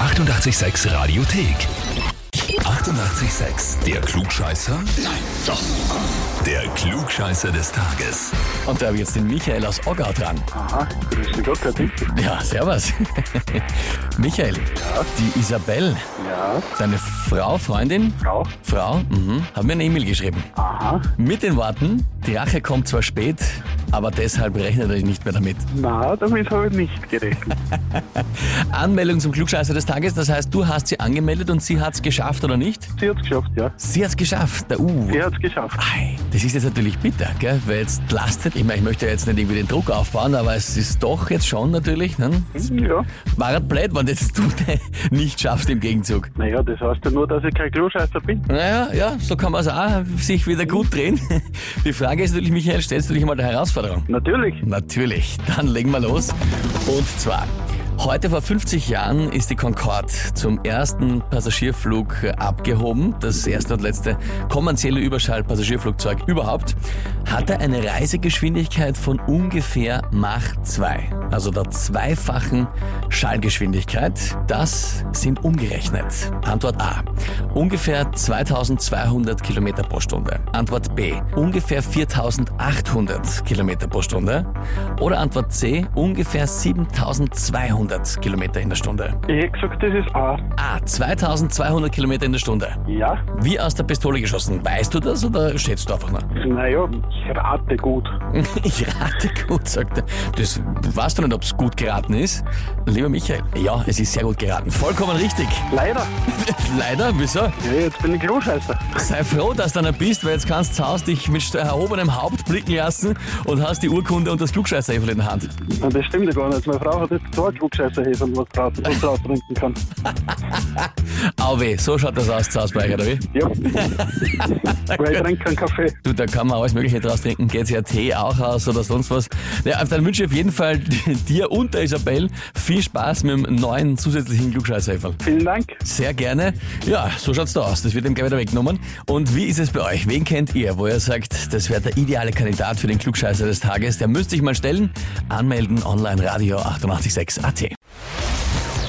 886 Radiothek. 88,6. Der Klugscheißer? Nein, doch. Der Klugscheißer des Tages. Und da habe ich jetzt den Michael aus Ogau dran. Aha, grüße Gott, Herr Dick. Ja, servus. Michael, die Isabel, Ja, deine Frau, Freundin, Frau. Frau, mhm, hat mir eine E-Mail geschrieben. Aha, Mit den Worten, die Rache kommt zwar spät, aber deshalb rechnet euch nicht mehr damit. na, damit habe ich nicht gerechnet. Anmeldung zum Klugscheißer des Tages, das heißt, du hast sie angemeldet und sie hat es geschafft oder nicht? Sie hat es geschafft, ja. Sie hat es geschafft, der U. Sie hat es geschafft. Ei, das ist jetzt natürlich bitter, gell? weil jetzt lastet, ich meine, ich möchte ja jetzt nicht irgendwie den Druck aufbauen, aber es ist doch jetzt schon natürlich, ne? Ja, War halt blöd, wenn jetzt du nicht schaffst im Gegenzug. naja, das heißt ja nur, dass ich kein Klugscheißer bin. Naja, ja, so kann man es auch sich wieder gut drehen. Die Frage ist natürlich, Michael, stellst du dich mal der Herausforderung? Natürlich. Natürlich, dann legen wir los. Und zwar, heute vor 50 Jahren ist die Concorde zum ersten Passagierflug äh, abgehoben. Das erste und letzte kommerzielle Überschall-Passagierflugzeug überhaupt. Hatte eine Reisegeschwindigkeit von ungefähr Mach 2, also der zweifachen Schallgeschwindigkeit. Das sind umgerechnet. Antwort A. Ungefähr 2200 Kilometer pro Stunde. Antwort B. Ungefähr 4800 Kilometer pro Stunde. Oder Antwort C. Ungefähr 7200 Kilometer in der Stunde. Ich hätte gesagt, das ist A. A. 2200 Kilometer in der Stunde. Ja, Wie aus der Pistole geschossen. Weißt du das oder schätzt du einfach nur? naja, ich rate gut. Ich rate gut, sagt er. Das weißt du nicht, ob es gut geraten ist. Lieber Michael, ja, es ist sehr gut geraten. Vollkommen richtig. Leider. Leider, wieso? Ja, jetzt bin ich Klugscheißer. Sei froh, dass du einer bist, weil jetzt kannst du zu Hause dich mit st- erhobenem Haupt blicken lassen und hast die Urkunde und das Klugscheißer in der Hand. Na, das stimmt ja gar nicht. Meine Frau hat jetzt zwei Klugscheißerhäfen, was draus, was draus trinken kann. Auweh, so schaut das aus zu Hause bei euch, oder wie? Ja. Weil ich trinke keinen Kaffee. Du, da kann man alles Mögliche draus trinken, geht's ja Tee auch aus oder sonst was. Ja, dann wünsche ich auf jeden Fall dir und der Isabel viel Spaß mit dem neuen zusätzlichen Klugscheißerhäferl. Vielen Dank. Sehr gerne. Ja, so schaut's da aus. Das wird ihm gleich wieder weggenommen. Und wie ist es bei euch? Wen kennt ihr, wo ihr sagt, das wäre der ideale Kandidat für den Klugscheißer des Tages? Der müsste ich mal stellen. Anmelden online Radio 886 AT.